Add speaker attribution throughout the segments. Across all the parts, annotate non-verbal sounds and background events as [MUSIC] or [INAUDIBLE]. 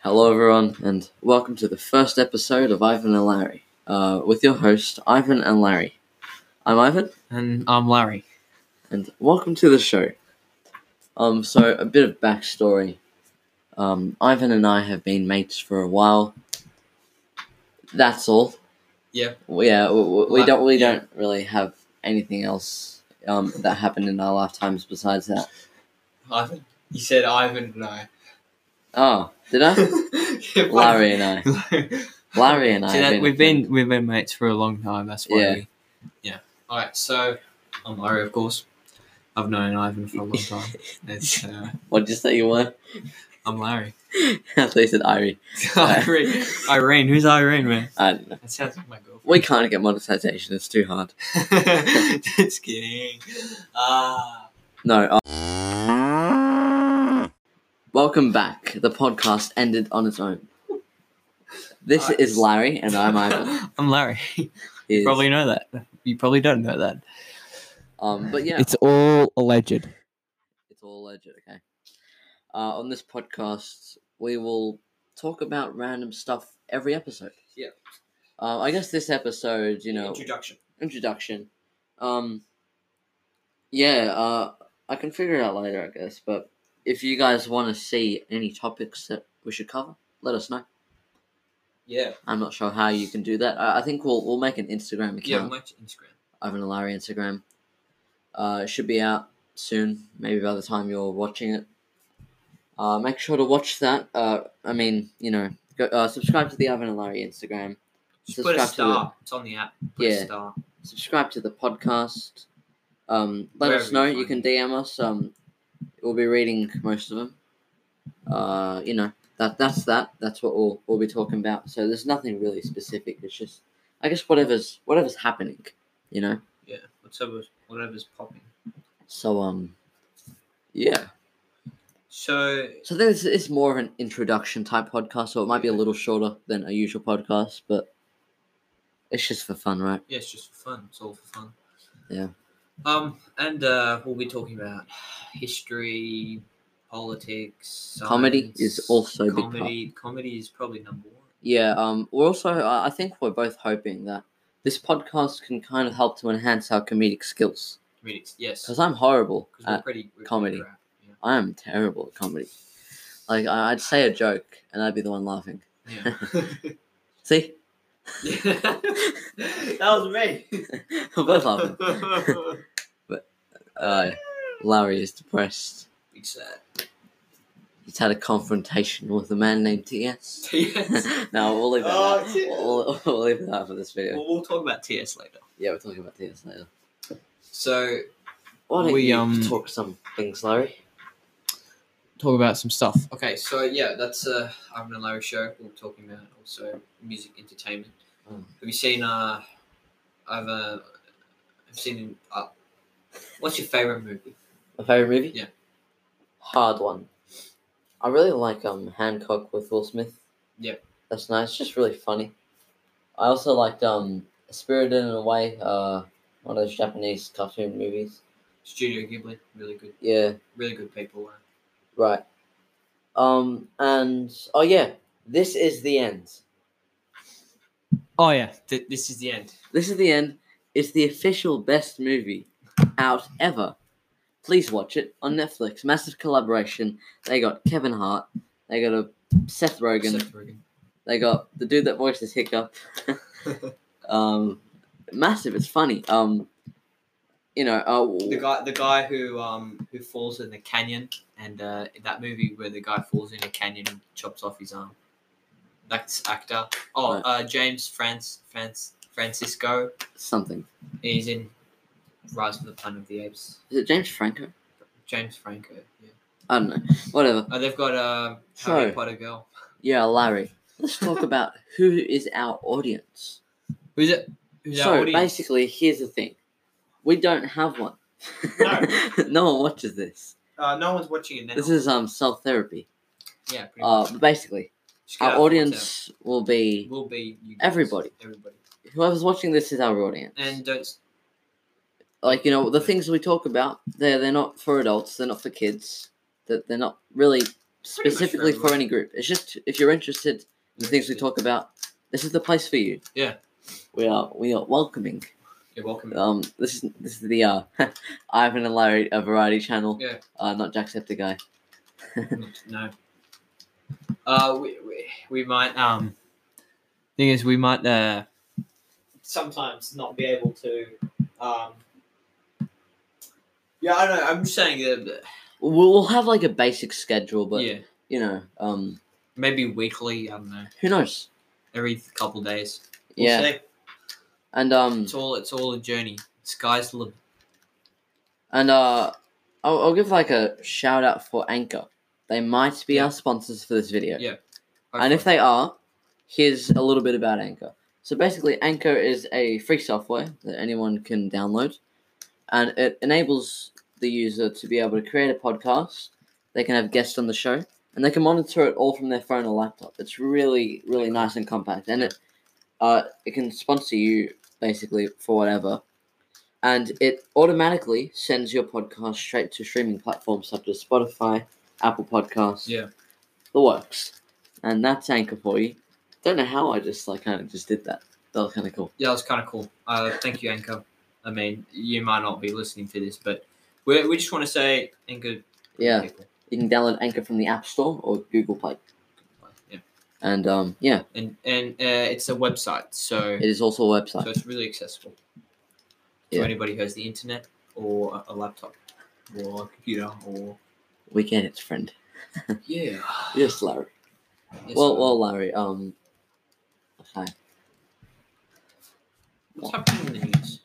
Speaker 1: Hello, everyone, and welcome to the first episode of Ivan and Larry, uh, with your host, Ivan and Larry. I'm Ivan,
Speaker 2: And
Speaker 1: um,
Speaker 2: I'm Larry.
Speaker 1: and welcome to the show. Um, so, a bit of backstory. Um, Ivan and I have been mates for a while. That's all.
Speaker 2: Yeah.
Speaker 1: Well, yeah, we, we- we
Speaker 2: Like,
Speaker 1: don't we
Speaker 2: yeah.
Speaker 1: don't really have anything else um, that happened in our lifetimes besides that.
Speaker 2: Ivan. You said Ivan and I.
Speaker 1: Oh, did I?
Speaker 2: [LAUGHS] Yeah,
Speaker 1: Larry and I. [LAUGHS] Larry and I.
Speaker 2: See,
Speaker 1: have
Speaker 2: that, we've
Speaker 1: friends.
Speaker 2: been we've been mates for a long time. That's why.
Speaker 1: Yeah.
Speaker 2: We, yeah. All right. So I'm Larry, of course. I've known Ivan for a long
Speaker 1: [LAUGHS]
Speaker 2: time. It's, uh,
Speaker 1: What did you say you were? [LAUGHS]
Speaker 2: I'm Larry.
Speaker 1: I thought you said Irie.
Speaker 2: [LAUGHS] Irene. Irene. Who's Irene, man?
Speaker 1: I don't know.
Speaker 2: That sounds like my girlfriend.
Speaker 1: We can't get monetization. It's too hard.
Speaker 2: [LAUGHS] Just kidding. Ah.
Speaker 1: No. uh, Welcome back. The podcast ended on its own. This
Speaker 2: Nice.
Speaker 1: is Larry and I'm
Speaker 2: [LAUGHS]
Speaker 1: Ivan.
Speaker 2: I'm Larry.
Speaker 1: Is,
Speaker 2: You probably know that. You probably don't know that.
Speaker 1: Um, but yeah,
Speaker 3: It's all alleged.
Speaker 1: it's all legit. Okay. Uh, on this podcast, we will talk about random stuff every episode.
Speaker 2: Yeah.
Speaker 1: Uh, I guess this episode, you know,
Speaker 2: Introduction.
Speaker 1: introduction. Um, yeah, uh, I can figure it out later, I guess. But if you guys want to see any topics that we should cover, let us know.
Speaker 2: Yeah.
Speaker 1: I'm not sure how you can do that. I, I think we'll we'll make an Instagram account.
Speaker 2: Yeah. Much Instagram.
Speaker 1: Ivan and Larry Instagram. Uh, it should be out soon. Maybe by the time you're watching it. Uh, make sure to watch that. Uh, I mean, you know, go, uh, subscribe to the Ivan and Larry Instagram.
Speaker 2: Just put
Speaker 1: Subscribe
Speaker 2: a
Speaker 1: to the-
Speaker 2: star. It's on the app. Put
Speaker 1: Yeah.
Speaker 2: a star.
Speaker 1: subscribe to the podcast. Um, let
Speaker 2: Wherever
Speaker 1: us
Speaker 2: you
Speaker 1: know.
Speaker 2: find
Speaker 1: You can DM us. Um, we'll be reading most of them. Uh, you know that that's that. That's what we'll we'll be talking about. So there's nothing really specific. It's just I guess whatever's whatever's happening. You know.
Speaker 2: Yeah. Whatever's whatever's popping.
Speaker 1: So um, yeah.
Speaker 2: So
Speaker 1: So this is more of an introduction type podcast. So it might be a little shorter than a usual podcast, but it's just for fun, right?
Speaker 2: yeah, it's just for fun. It's all for fun.
Speaker 1: Yeah.
Speaker 2: Um, and uh, we'll be talking about history, politics,
Speaker 1: Comedy is
Speaker 2: science,
Speaker 1: also a big part.
Speaker 2: comedy. comedy is probably number one.
Speaker 1: Yeah, um, we're also, I I think we're both hoping that this podcast can kind of help to enhance our comedic skills.
Speaker 2: Comedics, yes,
Speaker 1: Because I'm horrible.
Speaker 2: because we're
Speaker 1: At,
Speaker 2: pretty we're pretty
Speaker 1: comedy.
Speaker 2: crap, yeah.
Speaker 1: I am terrible at comedy. Like, I, I'd say a joke and I'd be the one laughing. [LAUGHS]
Speaker 2: Yeah. [LAUGHS]
Speaker 1: See? [LAUGHS]
Speaker 2: that was me.
Speaker 1: we're [LAUGHS] both
Speaker 2: [LAUGHS]
Speaker 1: laughing. Uh, Larry is depressed.
Speaker 2: Big sad. [LAUGHS]
Speaker 1: He's had a confrontation with a man named TS.
Speaker 2: Yes.
Speaker 1: [LAUGHS] no, we'll leave that.
Speaker 2: Oh,
Speaker 1: out.
Speaker 2: TS.
Speaker 1: We'll, we'll leave that out for this video.
Speaker 2: Well, we'll talk about TS later.
Speaker 1: Yeah, we're talking about TS later.
Speaker 2: So
Speaker 1: Why don't
Speaker 3: We,
Speaker 1: you
Speaker 3: um,
Speaker 1: talk some things, Larry?
Speaker 3: Talk about some stuff.
Speaker 2: Okay, so yeah, that's uh, Ivan and Larry show. We're talking about also music entertainment.
Speaker 3: Hmm.
Speaker 1: Mm.
Speaker 2: Have you seen? Uh, I've uh, I've seen. Uh, what's your favorite movie?
Speaker 1: My favorite movie?
Speaker 2: Yeah.
Speaker 1: Hard one. I really like um Hancock with Will Smith.
Speaker 2: Yeah.
Speaker 1: That's nice. Just really funny. I also liked um Spirited in a Way, uh one of those Japanese cartoon movies.
Speaker 2: Studio Ghibli, really good,
Speaker 1: Yeah,
Speaker 2: really good people. uh,
Speaker 1: right. Um and oh yeah, this is the end.
Speaker 3: Oh yeah.
Speaker 2: Th- this is the end.
Speaker 1: This is the end. It's the official best movie out ever. Please watch it on Netflix. Massive collaboration. They got Kevin Hart. They got a Seth Rogen.
Speaker 2: Seth Rogen.
Speaker 1: They got the dude that voices
Speaker 2: [LAUGHS]
Speaker 1: Hiccup. um, massive. It's funny. Um, you know. Uh,
Speaker 2: The guy, the guy who um who falls in the canyon, and uh, that movie where the guy falls in a canyon and chops off his arm. That's actor. Oh,
Speaker 1: Right.
Speaker 2: uh, James France France Francisco.
Speaker 1: something.
Speaker 2: He's in Rise of the Planet of the Apes.
Speaker 1: Is it James Franco?
Speaker 2: James Franco. Yeah.
Speaker 1: I don't know. Whatever.
Speaker 2: Oh, they've got a
Speaker 1: So-
Speaker 2: Harry Potter girl.
Speaker 1: Yeah, Larry. Let's
Speaker 2: [LAUGHS]
Speaker 1: talk about who is our audience.
Speaker 2: Who's it? Who's
Speaker 1: so
Speaker 2: our audience?
Speaker 1: basically, here's the thing: we don't have one.
Speaker 2: No.
Speaker 1: [LAUGHS] no one watches this.
Speaker 2: Uh, no one's watching it now.
Speaker 1: This is um self therapy.
Speaker 2: yeah, pretty
Speaker 1: Uh,
Speaker 2: much.
Speaker 1: but basically,
Speaker 2: Just get
Speaker 1: our
Speaker 2: out of
Speaker 1: audience will
Speaker 2: WhatsApp.
Speaker 1: be
Speaker 2: will be you guys.
Speaker 1: everybody.
Speaker 2: Everybody.
Speaker 1: whoever's watching this is our audience.
Speaker 2: And uh, don't. s-
Speaker 1: like you know the things we talk about they're they're not for adults they're not for kids that they're not really
Speaker 2: Pretty much
Speaker 1: specifically for
Speaker 2: everyone.
Speaker 1: any group. It's just if you're interested in the things we
Speaker 2: Interested.
Speaker 1: talk about, this is the place for you.
Speaker 2: Yeah. Mm.
Speaker 1: We are we are welcoming.
Speaker 2: You're welcome.
Speaker 1: Um, this is this is the uh, [LAUGHS] Ivan and Larry a variety channel.
Speaker 2: Yeah.
Speaker 1: Uh, not Jacksepticeye.
Speaker 2: [LAUGHS]
Speaker 1: [LAUGHS]
Speaker 2: no. Uh, we, we, we might um. Thing is, we might uh. Sometimes not be able to, um. Yeah, I don't know. I'm just saying that.
Speaker 1: We'll, we'll have like a basic schedule, but
Speaker 2: yeah,
Speaker 1: you know, um,
Speaker 2: maybe weekly. I don't know.
Speaker 1: who knows?
Speaker 2: Every couple days. We'll
Speaker 1: Yeah.
Speaker 2: see.
Speaker 1: And um,
Speaker 2: It's all. It's all a journey. Sky's the limit.
Speaker 1: and uh, I'll, I'll give like a shout out for Anchor. They might be
Speaker 2: Yeah.
Speaker 1: our sponsors for this video.
Speaker 2: Yeah.
Speaker 1: And if they are, here's a little bit about Anchor. So basically, Anchor is a free software that anyone can download, and it enables the user to be able to create a podcast. They can have guests on the show, and they can monitor it all from their phone or laptop. It's really, really nice and compact, and it uh, it can sponsor you basically for whatever, and it automatically sends your podcast straight to streaming platforms such as Spotify, Apple Podcasts,
Speaker 2: Yeah.
Speaker 1: the works. And that's Anchor for you. Don't know how I just like kind of just did that. That was kind of cool.
Speaker 2: yeah, that was kind of cool. Uh, thank you, Anchor. I mean, you might not be listening to this, but we, we just want to say Anchor.
Speaker 1: Yeah,
Speaker 2: people.
Speaker 1: you can download Anchor from the App Store or Google Play.
Speaker 2: Yeah.
Speaker 1: And um, yeah,
Speaker 2: And and uh, it's a website, so
Speaker 1: it is also a
Speaker 2: so
Speaker 1: website.
Speaker 2: it's really accessible to
Speaker 1: Yeah.
Speaker 2: anybody who has the internet or a- a laptop or a computer
Speaker 1: [LAUGHS]
Speaker 2: or
Speaker 1: We get it, friend.
Speaker 2: yeah.
Speaker 1: Yes, Larry.
Speaker 2: Yes,
Speaker 1: well,
Speaker 2: uh,
Speaker 1: well, Larry. Um, hi.
Speaker 2: what's happening in
Speaker 1: [LAUGHS]
Speaker 2: the news?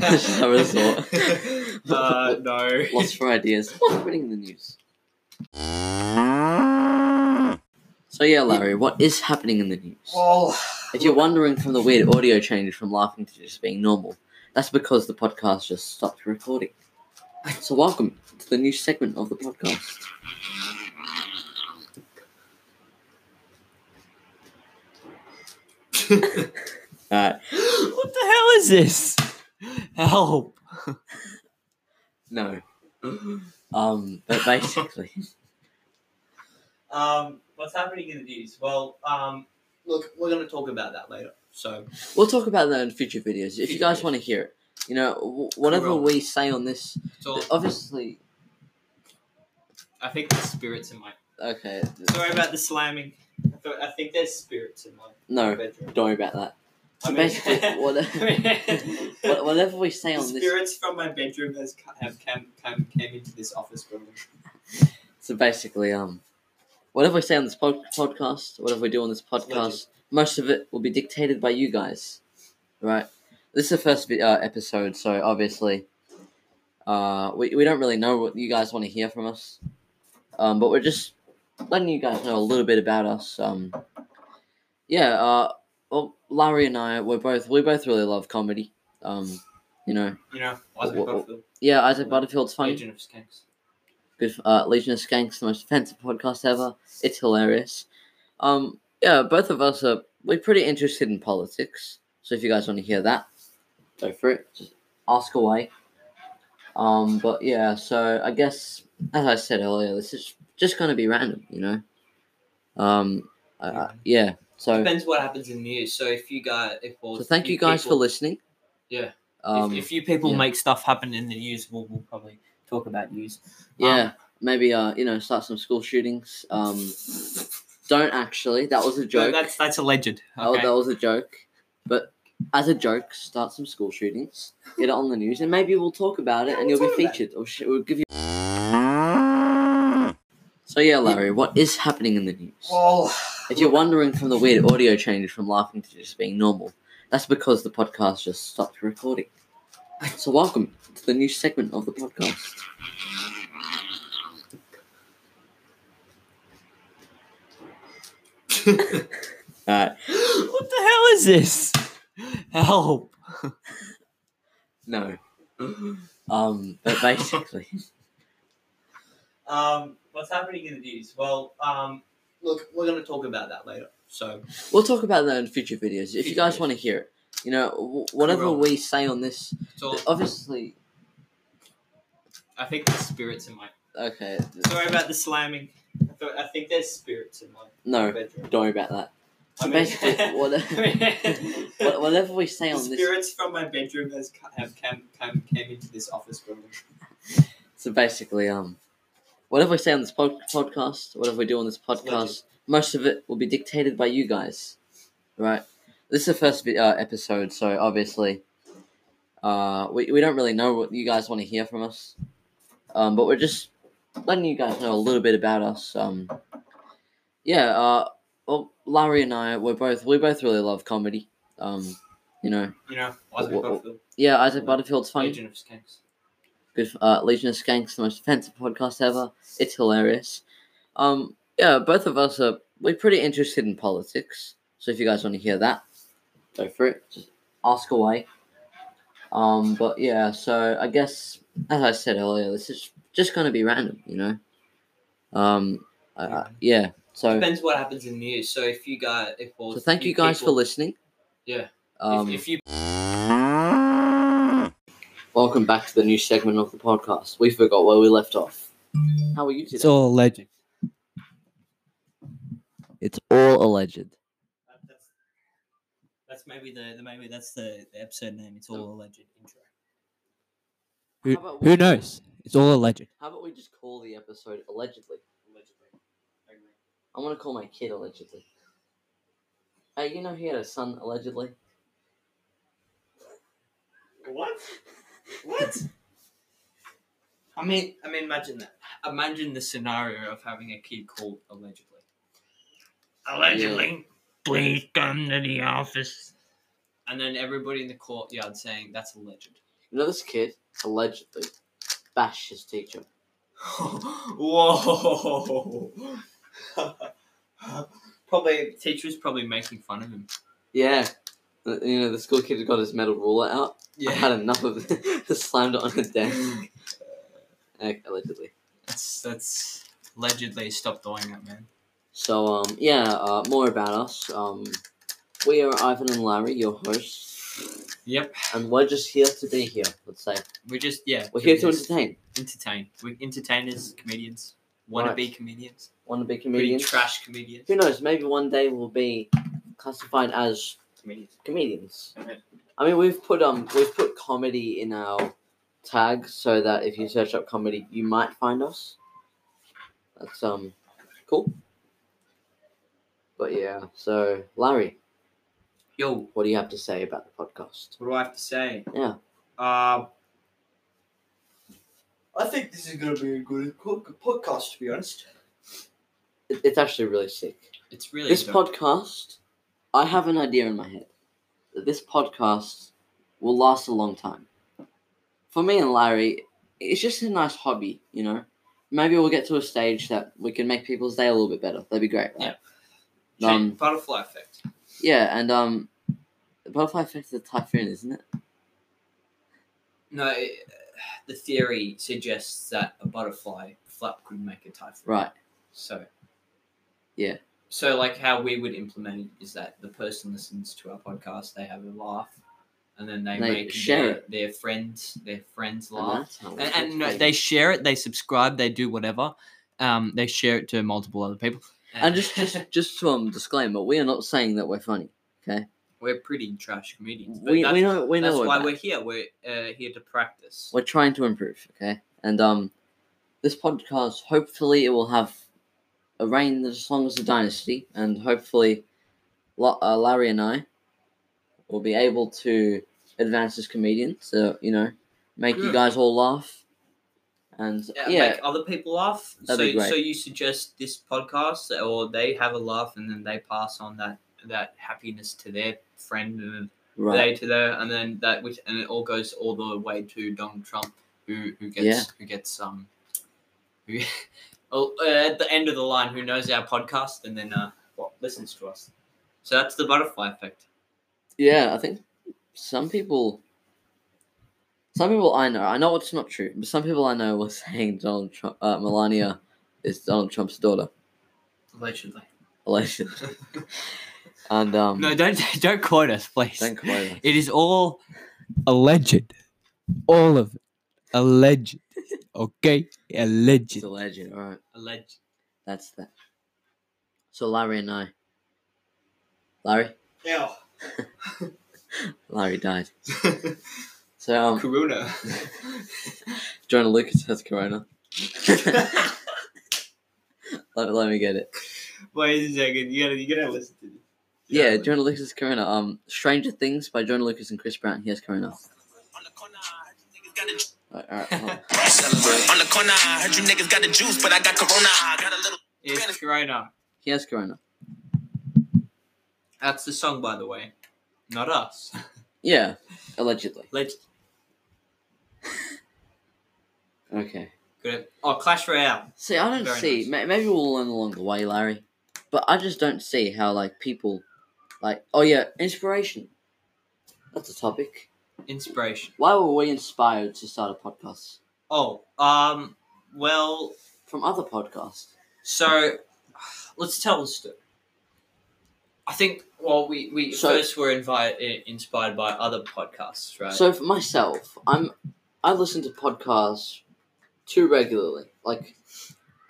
Speaker 1: this is a resort.
Speaker 2: [LAUGHS] uh,
Speaker 1: [LAUGHS]
Speaker 2: no.
Speaker 1: Lost for ideas. What's happening in the news? So yeah, Larry, what is happening in the news?
Speaker 2: Well,
Speaker 1: If you're wondering from the weird audio change from laughing to just being normal, that's because the podcast just stopped recording. So welcome to the new segment of the
Speaker 3: [LAUGHS]
Speaker 1: podcast. Alright.
Speaker 3: what the hell is this? Help!
Speaker 1: No. Um, but basically,
Speaker 2: um, what's happening in the news? Well, um, look, we're going to talk about that later. So
Speaker 1: we'll talk about that in future videos. If you guys want to hear it, you know, w- whatever we say on this,
Speaker 2: it's all.
Speaker 1: obviously,
Speaker 2: I think there's spirits in my.
Speaker 1: okay,
Speaker 2: Sorry about the slamming. I, thought, I think there's spirits in my
Speaker 1: no,
Speaker 2: bedroom.
Speaker 1: don't worry about that. So
Speaker 2: I mean- [LAUGHS]
Speaker 1: basically, whatever, wha- whatever we say
Speaker 2: The
Speaker 1: on this
Speaker 2: spirits from my bedroom has co- have come, come came into this office building.
Speaker 1: So basically, um, whatever we say on this pod- podcast, whatever we do on this podcast,
Speaker 2: Legend.
Speaker 1: most of it will be dictated by you guys, right? This is the first vi- uh, episode, so obviously, uh, we we don't really know what you guys want to hear from us, um, but we're just letting you guys know a little bit about us. Um, yeah, uh, well, Larry and I, we're both we both really love comedy. Um, you know,
Speaker 2: You know, Isaac
Speaker 1: Wha- wha-
Speaker 2: Butterfield,
Speaker 1: yeah, Isaac Butterfield's funny.
Speaker 2: Agent of Skanks.
Speaker 1: Good f- uh, Legion of Skanks, the most offensive podcast ever. It's hilarious. Um, yeah, both of us are we're pretty interested in politics. So if you guys want to hear that, go for it. Just ask away. Um, but yeah, so I guess as I said earlier, this is just gonna be random, you know. Um, I- I- yeah. So,
Speaker 2: Depends what happens in the news. So if you guys, if well,
Speaker 1: so thank you guys for
Speaker 2: people-
Speaker 1: listening.
Speaker 2: Yeah.
Speaker 1: Um,
Speaker 2: if, if you people
Speaker 1: yeah.
Speaker 2: make stuff happen in the news, we'll, we'll probably talk about news. um,
Speaker 1: yeah, maybe uh, you know, start some school shootings. Um, don't actually. That was a [LAUGHS] joke.
Speaker 2: That's that's alleged.
Speaker 1: Oh,
Speaker 2: Okay.
Speaker 1: that was a joke. But as a joke, start some school shootings, get it on the news, and maybe we'll talk about it and you'll be featured. Or sh- we'll give you. So, yeah, Larry, what is happening in the news?
Speaker 2: Well,
Speaker 1: If you're wondering from the weird audio change from laughing to just being normal, that's because the podcast just stopped recording. So, welcome to the new segment of the [LAUGHS] podcast. Alright.
Speaker 3: what the hell is this?
Speaker 2: [LAUGHS]
Speaker 3: Help!
Speaker 1: No. Um, but basically,
Speaker 2: um, what's happening in the news? Well, um, look, we're going to talk about that later. So
Speaker 1: we'll talk about that in future videos. If you
Speaker 2: Future
Speaker 1: guys
Speaker 2: videos.
Speaker 1: want to hear it, you know, w- whatever
Speaker 2: will.
Speaker 1: we say on this,
Speaker 2: it's all.
Speaker 1: obviously,
Speaker 2: I think there's spirits in my.
Speaker 1: Okay.
Speaker 2: Sorry about the slamming. I, thought, I think there's spirits in my
Speaker 1: No,
Speaker 2: bedroom.
Speaker 1: don't worry about that. So
Speaker 2: I mean-
Speaker 1: basically,
Speaker 2: [LAUGHS]
Speaker 1: [LAUGHS] whatever, wha- whatever we say
Speaker 2: the
Speaker 1: on this
Speaker 2: spirits from my bedroom has co- have come, come came into this office building.
Speaker 1: So basically, um, whatever we say on this pod- podcast, whatever we do on this podcast, most of it will be dictated by you guys, right? This is the first vi- uh, episode, so obviously, uh, we we don't really know what you guys want to hear from us, um, but we're just letting you guys know a little bit about us. Um, yeah, uh, well, Larry and I, we're both we both really love comedy. Um, you know,
Speaker 2: You know,
Speaker 1: Wha-
Speaker 2: Isaac
Speaker 1: wha-
Speaker 2: Butterfield,
Speaker 1: yeah, Isaac Butterfield's funny.
Speaker 2: Agent of Skanks.
Speaker 1: Good for, uh, Legion of Skanks, the most offensive podcast ever. It's hilarious. Um, yeah, both of us are we're pretty interested in politics. So if you guys want to hear that, go for it. Just ask away. Um, but yeah, so I guess as I said earlier, this is just gonna be random, you know. Um, I, I, yeah. So,
Speaker 2: Depends what happens in the news. So if you guys, if well,
Speaker 1: so thank you guys for
Speaker 2: people-
Speaker 1: listening.
Speaker 2: Yeah.
Speaker 1: Um,
Speaker 2: if, if you
Speaker 1: welcome back to the new segment of the podcast. We forgot where we left off. How are you today?
Speaker 3: It's all legend.
Speaker 1: it's all alleged.
Speaker 2: That's, that's maybe the, the maybe that's the, the episode name. It's all alleged intro.
Speaker 3: Who,
Speaker 1: How about
Speaker 3: who
Speaker 1: we-
Speaker 3: knows? It's all alleged.
Speaker 1: How about we just call the episode allegedly?
Speaker 2: Allegedly.
Speaker 1: I want to call my kid allegedly. Hey, you know he had a son allegedly.
Speaker 2: What? What? I mean, I mean, imagine that. Imagine the scenario of having a kid called allegedly.
Speaker 1: Allegedly,
Speaker 2: please come to the office. And then everybody in the courtyard saying that's a legend.
Speaker 1: You know this kid allegedly bashed his teacher.
Speaker 2: [LAUGHS] Whoa! [LAUGHS] probably teacher's probably making fun of him.
Speaker 1: Yeah, Uh, you know the school kid had got his metal ruler out. I had enough
Speaker 2: [LAUGHS]
Speaker 1: of it. [LAUGHS] Just slammed it on his [LAUGHS] desk. Eh, allegedly.
Speaker 2: that's that's allegedly. Stop doing that, man.
Speaker 1: So um yeah, uh, more about us. Um, we are Ivan and Larry, your hosts,
Speaker 2: Yep,
Speaker 1: and we're just here to be here. Let's say
Speaker 2: we just yeah.
Speaker 1: we're here to
Speaker 2: just
Speaker 1: entertain.
Speaker 2: entertain. We're entertainers, comedians, wannabe
Speaker 1: Right.
Speaker 2: comedians,
Speaker 1: Want to be
Speaker 2: pretty
Speaker 1: comedians?
Speaker 2: trash comedians.
Speaker 1: Who knows? Maybe one day we'll be classified as
Speaker 2: Comedians.
Speaker 1: comedians.
Speaker 2: Okay.
Speaker 1: I mean, we've put um, we've put comedy in our tag so that if you search up comedy, you might find us. That's um, cool. But yeah, so Larry,
Speaker 2: Yo,
Speaker 1: what do you have to say about the podcast?
Speaker 2: what do I have to say?
Speaker 1: Yeah.
Speaker 2: Um. I think this is gonna be a good co- podcast, to be honest.
Speaker 1: It, it's actually really sick.
Speaker 2: It's really
Speaker 1: This
Speaker 2: good.
Speaker 1: podcast, I have an idea in my head. that This podcast will last a long time. For me and Larry, it's just a nice hobby, you know? Maybe we'll get to a stage that we can make people's day a little bit better. That'd be great, right?
Speaker 2: Change-
Speaker 1: Um,
Speaker 2: butterfly effect.
Speaker 1: yeah, and um, the butterfly effect is a typhoon, isn't it?
Speaker 2: No, it, uh, the theory suggests that a butterfly flap could make a typhoon.
Speaker 1: Right.
Speaker 2: So.
Speaker 1: Yeah.
Speaker 2: So, like, how we would implement it is that the person listens to our podcast, they have a laugh, and then they,
Speaker 1: They
Speaker 2: make
Speaker 1: share
Speaker 2: their,
Speaker 1: it. Uh-huh.
Speaker 2: their friends their friends
Speaker 1: And
Speaker 2: laugh,
Speaker 1: that's how we
Speaker 2: and,
Speaker 1: should
Speaker 2: and no,
Speaker 1: play.
Speaker 2: they share it, they subscribe, they do whatever, um, they share it to multiple other people,
Speaker 1: and just just just to um disclaimer, we are not saying that we're funny.
Speaker 2: [LAUGHS] we're pretty trash comedians. But
Speaker 1: We,
Speaker 2: that's,
Speaker 1: we know we know
Speaker 2: that's
Speaker 1: we're
Speaker 2: why
Speaker 1: bad.
Speaker 2: we're here. We're uh, here to practice.
Speaker 1: we're trying to improve okay and um this podcast hopefully it will have a reign that's as long as the dynasty and hopefully La- uh, larry and i will be able to advance as comedians so you know make you
Speaker 2: Yeah.
Speaker 1: guys all laugh and yeah,
Speaker 2: Hmm. Yeah, make other people laugh.
Speaker 1: That'd
Speaker 2: so,
Speaker 1: be great.
Speaker 2: so you suggest this podcast, or they have a laugh, and then they pass on that that happiness to their friend, and then
Speaker 1: right
Speaker 2: they to their, and then that which, and it all goes all the way to Donald Trump, who who gets
Speaker 1: Yeah.
Speaker 2: who gets um, who, [LAUGHS] oh, uh, at the end of the line, who knows our podcast, and then uh, what listens to us. So that's the butterfly effect.
Speaker 1: yeah i think some people some people i know i know it's not true but some people i know were [LAUGHS] saying donald trump uh, melania is donald trump's daughter
Speaker 2: Allegedly.
Speaker 1: allegedly And um,
Speaker 2: [LAUGHS]
Speaker 3: No, don't don't quote us, please.
Speaker 1: don't [LAUGHS] quote us.
Speaker 3: It is all alleged. All of it. Alleged. Okay,
Speaker 1: It's
Speaker 3: alleged.
Speaker 1: a legend. All right,
Speaker 2: Alleged.
Speaker 1: that's that. So Larry and I. Larry,
Speaker 2: Yeah.
Speaker 1: Larry died. So um, [LAUGHS]
Speaker 2: Corona. [LAUGHS]
Speaker 1: Jonah Lucas has [LAUGHS] corona. let, let me get it.
Speaker 2: Wait a second. You gotta, you gotta listen to this. You
Speaker 1: Yeah,
Speaker 2: gotta
Speaker 1: Jonah Lucas has corona. Um, Stranger Things by Jonah Lucas and Chris Brown. He has corona.
Speaker 4: On the corner, I heard you niggas got the juice.
Speaker 1: All right, all right, hold [LAUGHS] on.
Speaker 4: Celebrate. On the corner, I heard you niggas got the juice, but I got corona. I got a little.
Speaker 2: listen. It's Corona.
Speaker 1: he has corona.
Speaker 2: That's the song, by the way. Not us.
Speaker 1: Yeah, allegedly.
Speaker 2: Alleged.
Speaker 1: Okay.
Speaker 2: Good. Oh, Clash Royale.
Speaker 1: See, I don't
Speaker 2: Very
Speaker 1: see. ma Maybe we'll learn along the way, Larry. But I just don't see how like people, like oh yeah, inspiration. That's a topic.
Speaker 2: Inspiration.
Speaker 1: Why were we inspired to start a podcast
Speaker 2: Oh, um, well,
Speaker 1: from other podcasts?
Speaker 2: so let's tell the story. I think, well, we, we
Speaker 1: So-
Speaker 2: first were invited, inspired by other podcasts, right?
Speaker 1: So for myself, I'm I listen to podcasts too regularly. Like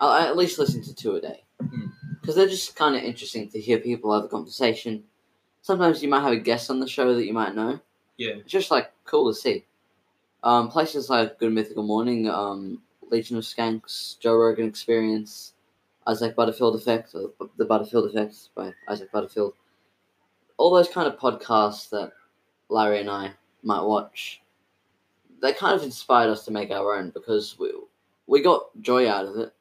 Speaker 1: I, I at least listen to two a day
Speaker 2: Mm.
Speaker 1: because they're just kind of interesting to hear people have a conversation. Sometimes you might have a guest on the show that you might know.
Speaker 2: yeah.
Speaker 1: It's just like cool to see. Um, places like Good Mythical Morning, um, Legion of Skanks, Joe Rogan Experience, Isaac Butterfield Effect, or B- the Butterfield Effect by Isaac Butterfield. All those kind of podcasts that Larry and I might watch. They kind of inspired us to make our own because we we got joy out of it,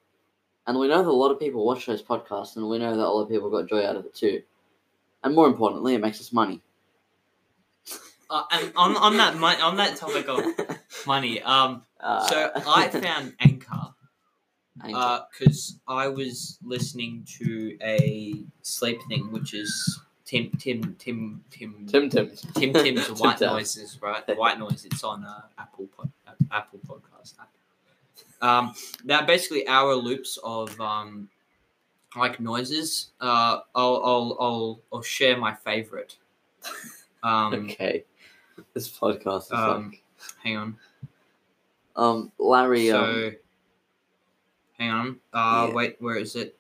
Speaker 1: and we know that a lot of people watch those podcasts, and we know that a lot of people got joy out of it too. And more importantly, it makes us money.
Speaker 2: Uh, and on, on that mon- on that topic of money, um,
Speaker 1: [LAUGHS] Uh, [LAUGHS]
Speaker 2: so I found uh, Anchor
Speaker 1: Anchor.
Speaker 2: because I was listening to a sleep thing, which is Tim Tim Tim Tim
Speaker 1: Tim Tim. [LAUGHS]
Speaker 2: Tim Tim's
Speaker 1: Tim
Speaker 2: White
Speaker 1: Tam.
Speaker 2: Noises, right? The White Noise. It's on uh, Apple pod, App- Apple Podcast app. Um, they're basically hour loops of um, like noises. Uh, I'll, I'll I'll I'll share my favorite.
Speaker 1: [LAUGHS]
Speaker 2: Um,
Speaker 1: Okay. This podcast is
Speaker 2: um,
Speaker 1: like
Speaker 2: hang on.
Speaker 1: um Larry um
Speaker 2: So, hang on. Uh,
Speaker 1: Yeah.
Speaker 2: wait, where is it?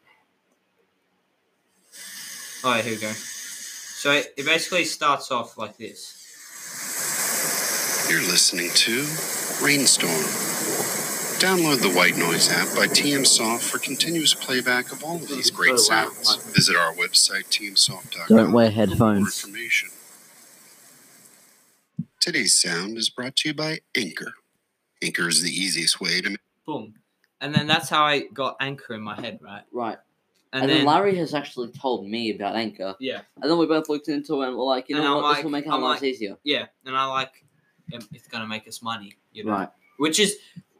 Speaker 2: Oh, here we go. So it, it basically starts off like this.
Speaker 5: You're listening to Rainstorm. Download the White Noise app by TMSoft for continuous playback of all of these great sounds. Visit our website, tmsoft.com.
Speaker 1: Don't wear
Speaker 5: for more
Speaker 1: headphones.
Speaker 5: information. Today's sound is brought to you by Anchor. Anchor is the easiest way to
Speaker 2: Boom. And then that's how I got anchor in my head, right?
Speaker 1: Right.
Speaker 2: And,
Speaker 1: And,
Speaker 2: then,
Speaker 1: then, Larry has actually told me about Anchor.
Speaker 2: yeah,
Speaker 1: And then we both looked into it and were like, you
Speaker 2: And
Speaker 1: know
Speaker 2: I'm
Speaker 1: what, this will
Speaker 2: like-
Speaker 1: make our
Speaker 2: I'm
Speaker 1: lives
Speaker 2: like-
Speaker 1: easier.
Speaker 2: yeah. And I like um, it's gonna make us money, you know.
Speaker 1: Right.
Speaker 2: Which is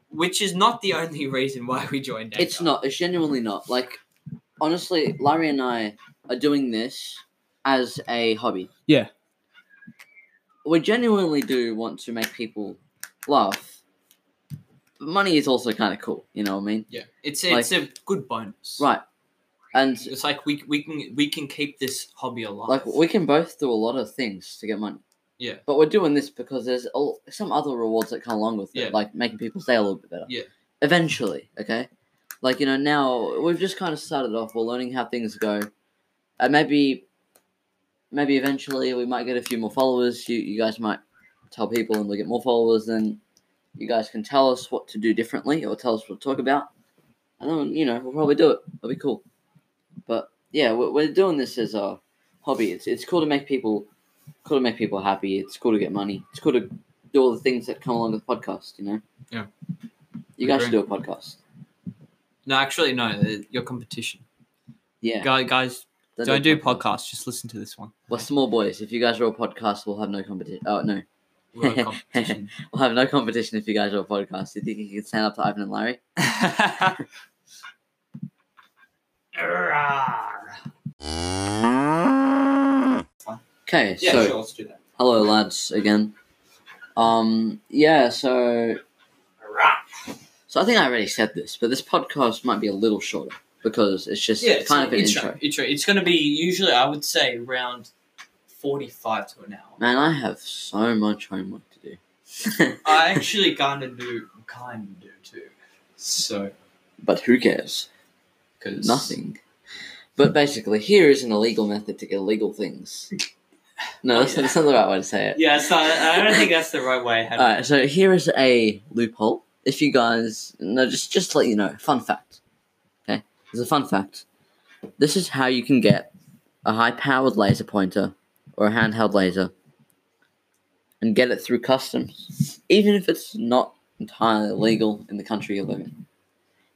Speaker 2: which is not the [LAUGHS] only reason why we joined. Anchor.
Speaker 1: It's not, it's genuinely not. Like honestly, Larry and I are doing this as a hobby.
Speaker 3: Yeah.
Speaker 1: We genuinely do want to make people laugh. But money is also kinda cool, you know what I mean?
Speaker 2: Yeah, it's it's a good bonus.
Speaker 1: Right. And
Speaker 2: It's like we we can we can keep this hobby alive.
Speaker 1: Like we can both do a lot of things to get money.
Speaker 2: Yeah.
Speaker 1: But we're doing this because there's all, some other rewards that come along with it,
Speaker 2: Yeah.
Speaker 1: like making people's day a little bit better.
Speaker 2: Yeah.
Speaker 1: Eventually, okay. Like you know, now we've just kind of started off. We're learning how things go, and maybe, maybe eventually we might get a few more followers. You you guys might tell people, and we get more followers. Then you guys can tell us what to do differently, or tell us what to talk about, and then you know we'll probably do it. It'll be cool. But yeah, we're, we're doing this as a hobby. It's it's cool to make people cool to make people happy. It's cool to get money. It's cool to do all the things that come along with podcast. You know.
Speaker 2: Yeah.
Speaker 1: You guys
Speaker 2: Agree.
Speaker 1: should do a podcast.
Speaker 2: No, actually, no. the- Your competition,
Speaker 1: Yeah.
Speaker 2: Guy- guys.
Speaker 1: Don't,
Speaker 2: don't do
Speaker 1: podcasts.
Speaker 2: podcasts. Just listen
Speaker 1: [LAUGHS]
Speaker 2: to this one.
Speaker 1: We're small boys. If you guys are a podcast, we'll have no competition. Oh no,
Speaker 2: We're a competition.
Speaker 1: we'll have no competition if you guys are a podcast. You think you can stand up to Ivan and Larry?
Speaker 5: Mm-hmm.
Speaker 1: Okay.
Speaker 2: yeah,
Speaker 1: so
Speaker 2: sure. Let's do that.
Speaker 1: hello, lads, again. Um. Yeah. So. So I think I already said this, but this podcast might be a little shorter because it's just
Speaker 2: Yeah, it's
Speaker 1: kind of an intro.
Speaker 2: intro. Intro. It's going to be usually, I would say, around forty-five to an hour.
Speaker 1: Man, I have so much homework to do. [LAUGHS]
Speaker 2: I actually kind of do kind do too. So,
Speaker 1: But who cares?
Speaker 2: because
Speaker 1: Nothing. But basically, here is an illegal method to get illegal things. No, that's, that's not the right way to say it.
Speaker 3: Yeah, so I I don't think that's the right way. How to-
Speaker 1: Alright, so here is a loophole. If you guys no, just just to let you know, fun fact. Okay? There's a fun fact. This is how you can get a high powered laser pointer or a handheld laser and get it through customs. Even if it's not entirely legal in the country you live in.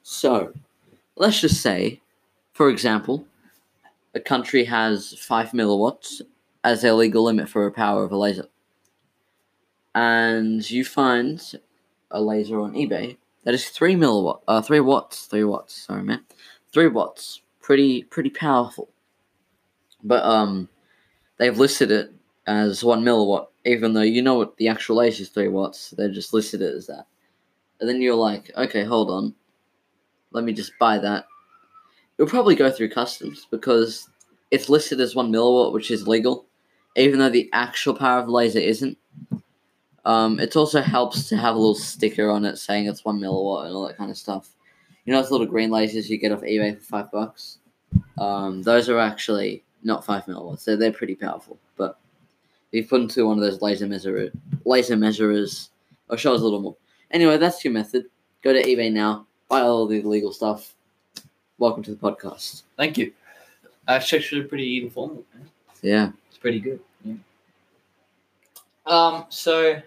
Speaker 1: So let's just say, for example, a country has five milliwatts as their legal limit for a power of a laser and you find a laser on eBay that is three milliwatt, uh, three watts, three watts. Sorry, man, three watts. Pretty, pretty powerful. But um, they've listed it as one milliwatt, even though you know what the actual laser is three watts. They just listed it as that. And then you're like, okay, hold on, let me just buy that. It'll probably go through customs because it's listed as one milliwatt, which is legal, even though the actual power of the laser isn't. Um, it also helps to have a little sticker on it saying it's one milliwatt and all that kind of stuff. You know those little green lasers you get off eBay for five bucks? Um, those are actually not five milliwatts. They're, they're pretty powerful, but if you put into one of those laser measurer laser measurers, it'll show us a little more. Anyway, that's your method. Go to eBay now, buy all the illegal stuff. Welcome to the podcast.
Speaker 2: Thank you. That's actually pretty informal. Man.
Speaker 1: Yeah.
Speaker 2: It's pretty good. Yeah. Um. So,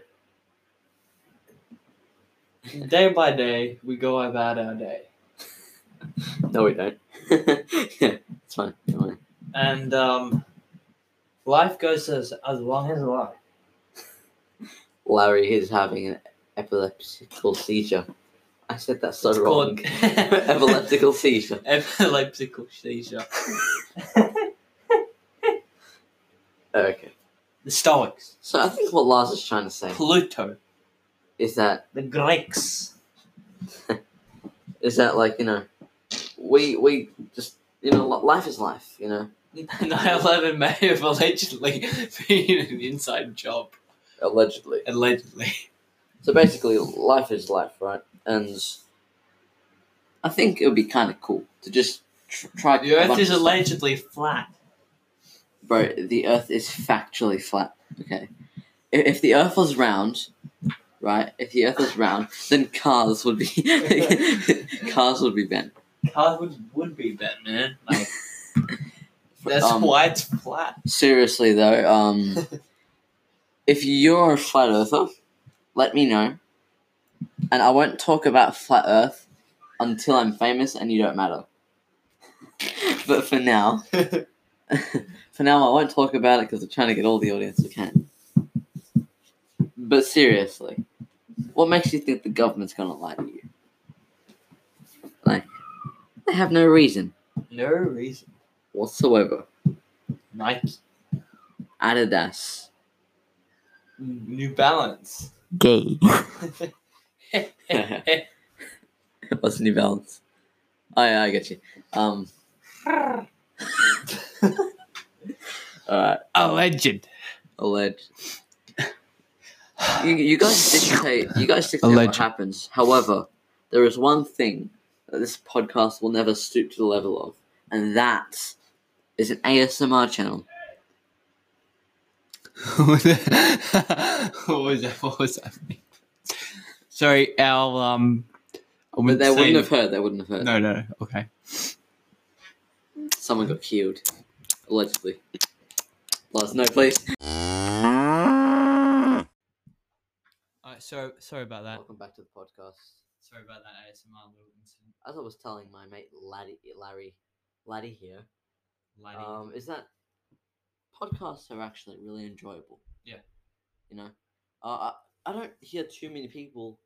Speaker 2: day by day, we go about our day,
Speaker 1: No, we [LAUGHS] don't. yeah, it's fine. Don't worry.
Speaker 2: and um, life goes as as long as life.
Speaker 1: Larry is having an epileptical seizure. I said that so
Speaker 2: It's
Speaker 1: wrong. [LAUGHS]
Speaker 2: called- [LAUGHS]
Speaker 1: epileptical seizure.
Speaker 2: Epileptical seizure.
Speaker 1: Okay.
Speaker 2: The Stoics,
Speaker 1: So I think what Lars is trying to say
Speaker 2: Pluto,
Speaker 1: is that
Speaker 2: the Greeks.
Speaker 1: is that like you know, we we just you know li- life is life. You know,
Speaker 2: [LAUGHS] 9/11 may have allegedly [LAUGHS] been an inside job.
Speaker 1: allegedly.
Speaker 2: Allegedly.
Speaker 1: So basically, life is life, right? And I think it would be kind of cool to just tr- try.
Speaker 2: The Earth
Speaker 1: bunch
Speaker 2: is
Speaker 1: of-
Speaker 2: allegedly flat.
Speaker 1: Bro, the Earth is factually flat. Okay, if, if the Earth was round, right? If the Earth was round, then cars would be [LAUGHS] cars would be bent.
Speaker 2: Cars would, would be that, man.
Speaker 1: [LAUGHS]
Speaker 2: Like, that's
Speaker 1: Um,
Speaker 2: why it's flat.
Speaker 1: [LAUGHS]
Speaker 2: [LAUGHS]
Speaker 1: Seriously though, um, if you're a flat earther, let me know, and I won't talk about flat Earth until I'm famous and you don't matter. [LAUGHS] but for now, [LAUGHS] for now, I won't talk about it because I'm trying to get all the audience we can. But seriously, what makes you think the government's gonna lie to you? Like, they have no reason
Speaker 2: No reason.
Speaker 1: whatsoever.
Speaker 2: Nike.
Speaker 1: Adidas.
Speaker 2: New Balance. [LAUGHS]
Speaker 3: Gay.
Speaker 1: [LAUGHS] What's New Balance? Oh yeah, I get you. Um. Alright,
Speaker 3: A legend.
Speaker 1: alleged. You, you guys dictate. You guys dictate what
Speaker 3: Alleged.
Speaker 1: happens. However, there is one thing that this podcast will never stoop to the level of, and that is an ASMR channel.
Speaker 2: what was that? What was that? Sorry, our um. I
Speaker 1: But
Speaker 2: wouldn't
Speaker 1: they
Speaker 2: say-
Speaker 1: wouldn't have heard. They wouldn't have heard.
Speaker 2: No, no. Okay.
Speaker 1: Someone got killed, allegedly. Last no, please.
Speaker 5: Mm-hmm.
Speaker 2: All right, sorry, sorry about that.
Speaker 1: Welcome back to the podcast.
Speaker 2: Sorry about that ASMR little incident.
Speaker 1: as I was telling my mate Laddie, Larry, Laddie here,
Speaker 2: Lady.
Speaker 1: um, is that podcasts are actually really enjoyable.
Speaker 2: Yeah.
Speaker 1: You know, uh, I I don't hear too many people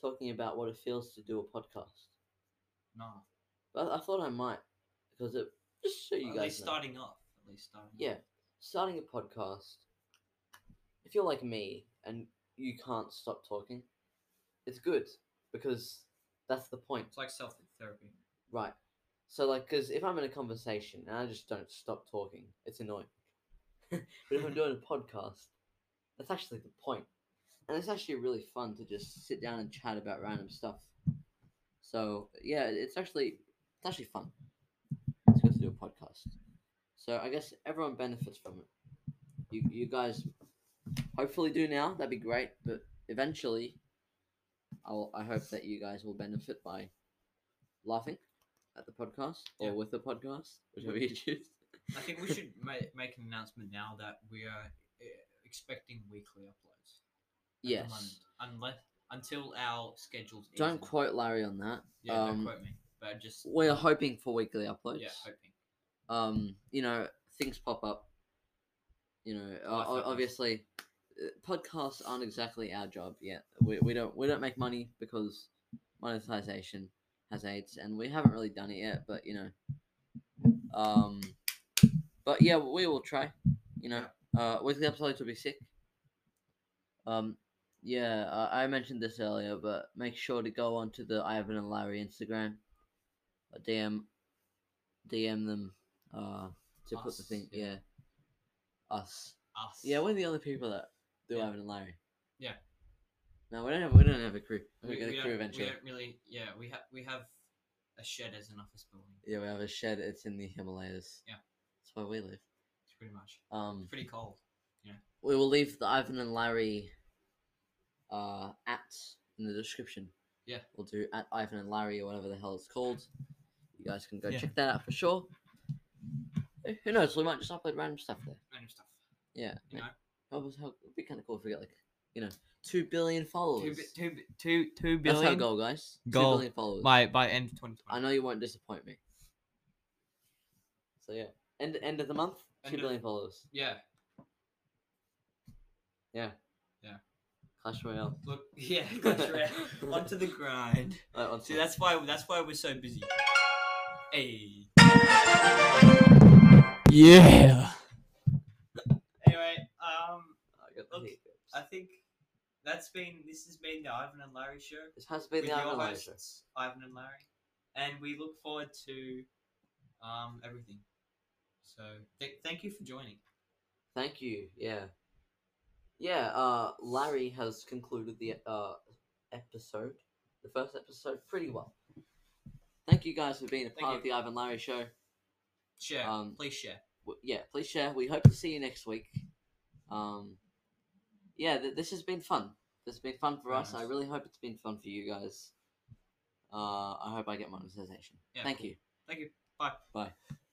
Speaker 1: talking about what it feels to do a podcast,
Speaker 2: no.
Speaker 1: but I thought I might because it just so you
Speaker 2: At
Speaker 1: guys.
Speaker 2: least
Speaker 1: know.
Speaker 2: starting off. At least starting.
Speaker 1: Yeah, starting a podcast. If you're like me and you can't stop talking, it's good because that's the point.
Speaker 2: It's like self therapy.
Speaker 1: Right. So, like, because if I'm in a conversation and I just don't stop talking, [LAUGHS] it's annoying. but if I'm doing a podcast, that's actually the point. and it's actually really fun to just sit down and chat about random stuff. So yeah, it's actually it's actually fun. It's good to do a podcast. So I guess everyone benefits from it. You you guys hopefully do now. That'd be great. But eventually, I'll I hope that you guys will benefit by laughing at the podcast or
Speaker 2: Yeah.
Speaker 1: with the podcast, whichever you
Speaker 2: [LAUGHS]
Speaker 1: choose.
Speaker 2: I think we should [LAUGHS] ma- make an announcement now that we are uh, expecting weekly uploads. at the
Speaker 1: Yes.
Speaker 2: moment, unless until our schedules.
Speaker 1: Don't
Speaker 2: ease.
Speaker 1: quote Larry on that.
Speaker 2: Yeah,
Speaker 1: um,
Speaker 2: don't quote me. But just
Speaker 1: We're hoping for weekly uploads.
Speaker 2: yeah, hoping.
Speaker 1: um, you know, things pop up. You know, o- o-
Speaker 2: happens.
Speaker 1: obviously, uh, podcasts aren't exactly our job yet. We, we don't we don't make money because monetization has AIDS, and we haven't really done it yet. But you know, um, but yeah, we will try. You know, uh, weekly episodes will be sick. Um, yeah, uh, I mentioned this earlier, but make sure to go onto the Ivan and Larry Instagram, uh, DM, DM them uh, to put the
Speaker 2: Us,
Speaker 1: thing. Yeah.
Speaker 2: yeah.
Speaker 1: us.
Speaker 2: Us.
Speaker 1: Yeah, we're the only people that do
Speaker 2: Yeah.
Speaker 1: Ivan and Larry.
Speaker 2: Yeah.
Speaker 1: No, we don't have we don't have a crew. We're
Speaker 2: we,
Speaker 1: gonna get a
Speaker 2: we don't,
Speaker 1: crew
Speaker 2: we
Speaker 1: eventually.
Speaker 2: don't really. Yeah, we have we have a shed as an office building.
Speaker 1: Yeah, we have a shed. It's in the Himalayas.
Speaker 2: Yeah.
Speaker 1: that's where we live.
Speaker 2: It's pretty much
Speaker 1: Um,
Speaker 2: it's pretty cold.
Speaker 1: we will leave the Ivan and Larry uh at in the description.
Speaker 2: Yeah.
Speaker 1: We'll do at Ivan and Larry or whatever the hell it's called. You guys can go
Speaker 2: Yeah.
Speaker 1: check that out for sure. Eh, Who knows? We might just upload random stuff there.
Speaker 2: Random stuff.
Speaker 1: Yeah.
Speaker 2: You know,
Speaker 1: That was how it'd be kinda cool if we get like, you know, two billion
Speaker 2: two,
Speaker 1: followers.
Speaker 2: bi- two, bi- two, two
Speaker 1: That's our
Speaker 2: billion
Speaker 1: goal, guys.
Speaker 3: Goal.
Speaker 1: Two billion followers.
Speaker 3: by by
Speaker 2: end
Speaker 3: end.
Speaker 2: of 2020.
Speaker 1: I know you won't disappoint me. So yeah. End end of the month,
Speaker 2: End
Speaker 1: two
Speaker 2: of-
Speaker 1: billion followers.
Speaker 2: Yeah.
Speaker 1: Clash Royale.
Speaker 2: Look. Yeah. [LAUGHS] Clash Royale. Onto the grind.
Speaker 1: Uh, on
Speaker 2: See, that's why that's why we're so busy. Hey.
Speaker 3: Yeah.
Speaker 2: Anyway, um,
Speaker 1: I got the
Speaker 2: Okay.
Speaker 1: hiccups.
Speaker 2: I think that's been this has been the Ivan and Larry show
Speaker 1: This has been
Speaker 2: with
Speaker 1: the
Speaker 2: your
Speaker 1: Ivan and Larry show.
Speaker 2: hosts Ivan and Larry, and we look forward to um everything. So th- thank you for joining.
Speaker 1: Thank you. Yeah. Yeah, uh Larry has concluded the uh episode, the first episode pretty well. Thank you guys for being a
Speaker 2: Thank
Speaker 1: part
Speaker 2: you.
Speaker 1: of the Ivan Larry show.
Speaker 2: Share,
Speaker 1: Um,
Speaker 2: please share.
Speaker 1: W- yeah, please share. We hope to see you next week. Um Yeah, th- this has been fun. This has been fun for
Speaker 2: Very
Speaker 1: us. I
Speaker 2: nice.
Speaker 1: really hope it's been fun for you guys. Uh I hope I get monetization.
Speaker 2: Yeah,
Speaker 1: Thank
Speaker 2: cool.
Speaker 1: you.
Speaker 2: Thank you. Bye.
Speaker 1: Bye.
Speaker 5: Mm-hmm.